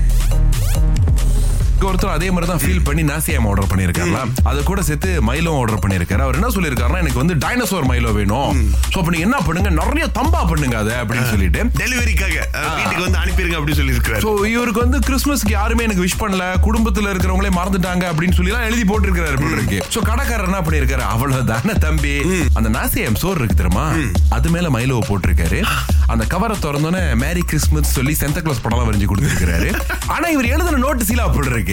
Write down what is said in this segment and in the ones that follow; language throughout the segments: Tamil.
இங்க ஒருத்தர் அதே மாதிரி தான் ஃபீல் பண்ணி நாசியம் ஆர்டர் பண்ணியிருக்காருல அது கூட சேர்த்து மைலோ ஆர்டர் பண்ணியிருக்காரு அவர் என்ன சொல்லியிருக்காருன்னா எனக்கு வந்து டைனோசர் மைலோ வேணும் ஸோ அப்ப நீங்க என்ன பண்ணுங்க நிறைய தம்பா பண்ணுங்க அதை அப்படின்னு சொல்லிட்டு டெலிவரிக்காக அஹ், வீட்டுக்கு வந்து அனுப்பிருங்க அப்படின்னு சொல்லி இருக்கிறாரு ஸோ இவருக்கு வந்து கிறிஸ்மஸ்க்கு யாருமே எனக்கு விஷ் பண்ணல குடும்பத்துல இருக்கிறவங்களே மறந்துட்டாங்க அப்படின்னு சொல்லி எல்லாம் எழுதி போட்டிருக்காரு போல இருக்கு ஸோ கடைக்காரர் என்ன பண்ணியிருக்காரு அவ்வளவு தானே தம்பி அந்த நாசியம் சோறு இருக்கு தெரியுமா அது மேல மைலோவை போட்டிருக்காரு அந்த கவரை திறந்தோன்னே மேரி கிறிஸ்மஸ் சொல்லி சென்ட கிளாஸ் படம் வரைஞ்சு கொடுத்துருக்காரு ஆனா இவர் எழுதின நோட்டு சீலா போட்டு இருக்கு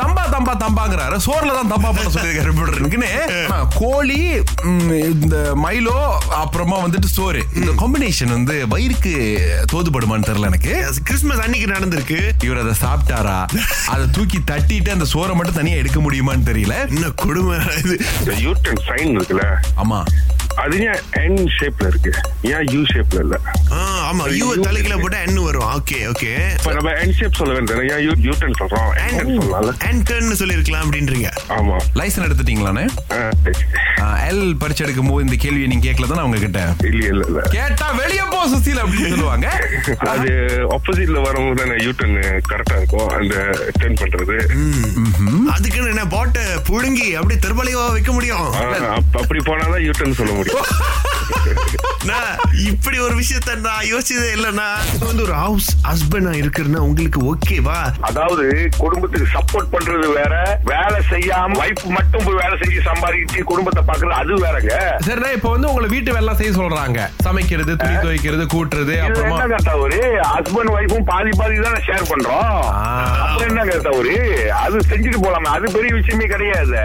தம்பா தம்பா தம்பாங்கிறாரு சோறுல தான் தம்பா பண்ண சொல்லியிருக்காரு போட்டு இருக்குன்னு ஆனா, கோழி ம், இந்த மைலோ அப்புறமா வந்துட்டு சோறு இந்த காம்பினேஷன் வந்து வயிறுக்கு தோதுபடுமான்னு தெரியல எனக்கு கிறிஸ்மஸ் அன்னைக்கு நடந்திருக்கு இவர் அதை சாப்பிட்டாரா அதை தூக்கி தட்டிட்டு அந்த சோறை மட்டும் தனியா எடுக்க முடியுமான்னு தெரியல என்ன கொடுமை இது இந்த யூட்டன் சைன் இருக்குல்ல ஆமா அது ஏன் என் ஷேப்ல இருக்கு ஏன் யூ ஷேப்ல இல்ல ஆ, ஆமா யூ தலைக்குள்ள போட்டா என்ன வரும் ஓகே ஓகே இப்ப நம்ம என் ஷேப் சொல்ல வேண்டியது ஏன் யூ யூட்டன் சொல்றோம் என் சொல்லலாம்ல ஆன்டர்ன்னு சொல்லிருக்கலாம் அப்படின்றீங்க ஆமா லைசன் எடுத்துட்டீங்களாண்ணே ஆ, எல் பரிச்சு எடுக்கும் போது இந்த கேள்வியை நீங்க கேட்கல தானே அவங்க கிட்ட இல்ல இல்ல இல்ல கேட்டா வெளிய போ சுசீல் அப்படின்னு சொல்லுவாங்க அது ஆப்போசிட்ல வரும்போது தானே யூட்டன் கரெக்டா இருக்கும் அந்த டர்ன் பண்றது அதுக்குன்னு என்ன போட்ட புழுங்கி அப்படியே திருமலைவா வைக்க முடியும் ஆ, அப்ப- அப்படி போனாதான் யூட்டன் சொல்ல முடியும் நான் இப்படி ஒரு விஷயத்த நான் யோசிச்சதே இல்லைண்ணா இப்ப வந்து ஒரு ஹவுஸ் ஹஸ்பண்டா இருக்குன்னா உங்களுக்கு ஓகேவா அதாவது குடும்பத்துக்கு சப்போர்ட் பண்றது வேற வேலை செய்யாம வைஃப் மட்டும் போய் வேலை செஞ்சு சம்பாதிச்சு குடும்பத்தை பாக்குறது அது வேறங்க சரிண்ணா இப்ப வந்து உங்களை வீட்டு வேலை எல்லாம் செய்ய சொல்றாங்க சமைக்கிறது துணி துவைக்கிறது கூட்டுறது இதுல அப்புறமா என்னங்க தவறு ஹஸ்பண்ட் ஒய்ஃபும் பாதி பாதி தானே ஷேர் பண்றோம் ஆ. அப்புறம் என்னங்க தவறு அது செஞ்சுட்டு போலாமே அது பெரிய விஷயமே கிடையாது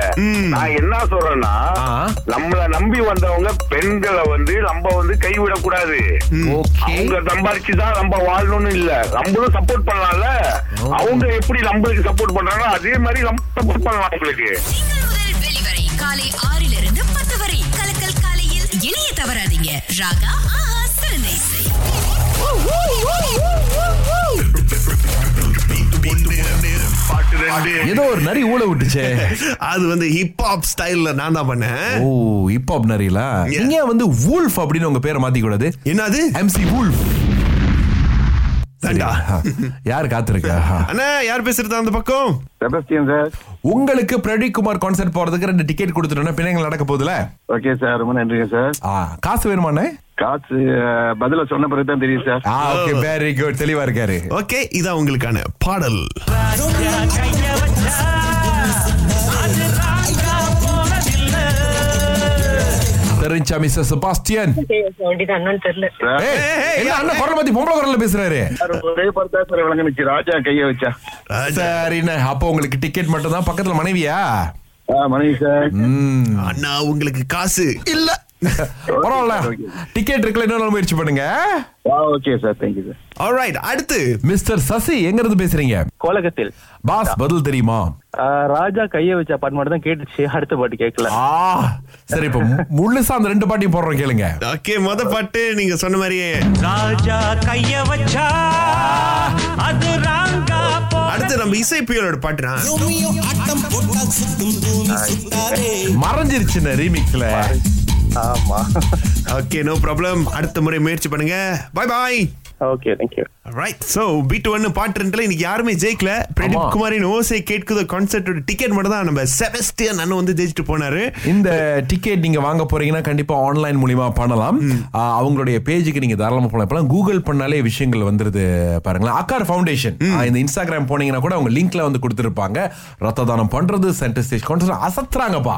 நான் என்ன சொல்றேன்னா ஆ. நம்மள நம்பி வந்தவங்க பெண்களை வந்து நம்ம வந்து கைவிடக் கூடாது ஓகே அவங்க சம்பாரிச்சு தான் நம்ம வாழணும்னு இல்ல நம்மளும் சப்போர்ட் பண்ணலாம்ல அவங்க எப்படி நம்மளுக்கு சப்போர்ட் பண்றாங்களோ அதே மாதிரி நம்ம சப்போர்ட் பண்ணலாம் உங்களுக்கு திங்கள் முதல் வெளிவரை காலை ஆறிலிருந்து பத்து வரை கலக்கல் காலையில் இணைய தவறாதீங்க ராகா ஆஹா சிறந்த இசை பாட்டு ரெண்டு ஏதோ ஒரு நரி ஊழ விட்டுச்சே அது வந்து ஹிப் ஹாப் ஸ்டைல்ல நான் தான் பண்ணேன் ஓ இப்போ நரியில Yeah. நீங்க வந்து வூல்ஃப் அப்படின்னு உங்க பேரை மாத்திக்க கூடாது என்னது எம்சி வூல்ஃப் தாண்டா யார் காத்திருக்கா அண்ணா யார் பேசுறது அந்த பக்கம் செபஸ்டியன் சார் உங்களுக்கு பிரதீப் குமார் கான்சர்ட் போறதுக்கு ரெண்டு டிக்கெட் கொடுத்துட்டோம்னா பிள்ளைங்க நடக்க போகுதுல ஓகே சார் ரொம்ப நன்றிங்க சார் ஆ, காசு வேணுமாண்ணே காசு அஹ், பதில சொன்ன பிறகு தான் தெரியும் சார் ஆ ஓகே வெரி குட் தெளிவா இருக்காரு ஓகே இதான் உங்களுக்கான பாடல் தெரிஞ்சா மிஸ் செபாஸ்டியன் என்னன்னு தெரியல ஏய், என்ன அண்ணன் குரல் பத்தி பொம்பளை குரல்ல பேசுறாரு சார், ஒரே படத்தா சார் விளங்கினுச்சு ராஜா கைய வச்சா ராஜா. சரிண்ணே அப்போ உங்களுக்கு டிக்கெட் மட்டும் தான் பக்கத்துல மனைவியா ஆ, மணி சார் ம் அண்ணா உங்களுக்கு காசு இல்ல பரவாயில்ல டிக்கெட் இருக்குல்ல இன்னொரு நாள் முயற்சி பண்ணுங்க ஆ, okay sir thank you sir alright அடுத்து மிஸ்டர் சசி எங்க இருந்து பேசுறீங்க கோலகத்தில் பாஸ் பதில் தெரியுமா ஆ, ராஜா கைய வச்ச பாட்டு மட்டும் தான் கேட்டுச்சு அடுத்த பாட்டு கேட்கல ஆ சரி இப்ப முழுசா அந்த ரெண்டு பாட்டையும் போடுறோம் கேளுங்க ஓகே முத பாட்டு நீங்க சொன்ன மாதிரியே ராஜா கைய வச்சா அது ராங்கா போ அடுத்து நம்ம இசை புயலோட பாட்டுனா மறைஞ்சிருச்சுண்ணே ரீமிக்ஸ்ல ஆமா ஓகே நோ ப்ராப்ளம் அடுத்த முறை முயற்சி பண்ணுங்க bye bye okay thank you right so beat one பாட்டு ரெண்டுல இன்னைக்கு யாருமே ஜெயிக்கல பிரதீப் ஆமா. குமாரின் ஓசை கேட்குத கான்சர்ட்டோட டிக்கெட் மட்டும் தான் நம்ம செபஸ்டியன் அண்ணன் வந்து ஜெயிச்சுட்டு போனாரு இந்த டிக்கெட் நீங்க வாங்க போறீங்கன்னா கண்டிப்பா ஆன்லைன் மூலியமா பண்ணலாம் ஆ, அவங்களுடைய பேஜுக்கு நீங்க தாராளமா போகலாம் இப்பலாம் கூகுள் பண்ணாலே விஷயங்கள் வந்துருது பாருங்களேன் அக்கார் ஃபவுண்டேஷன் ஆ, இந்த இன்ஸ்டாகிராம் போனீங்கன்னா கூட அவங்க லிங்க்ல வந்து கொடுத்துருப்பாங்க ரத்த தானம் பண்றது சென்டர் ஸ்டேஜ் கொண்டு அசத்துறாங்கப்பா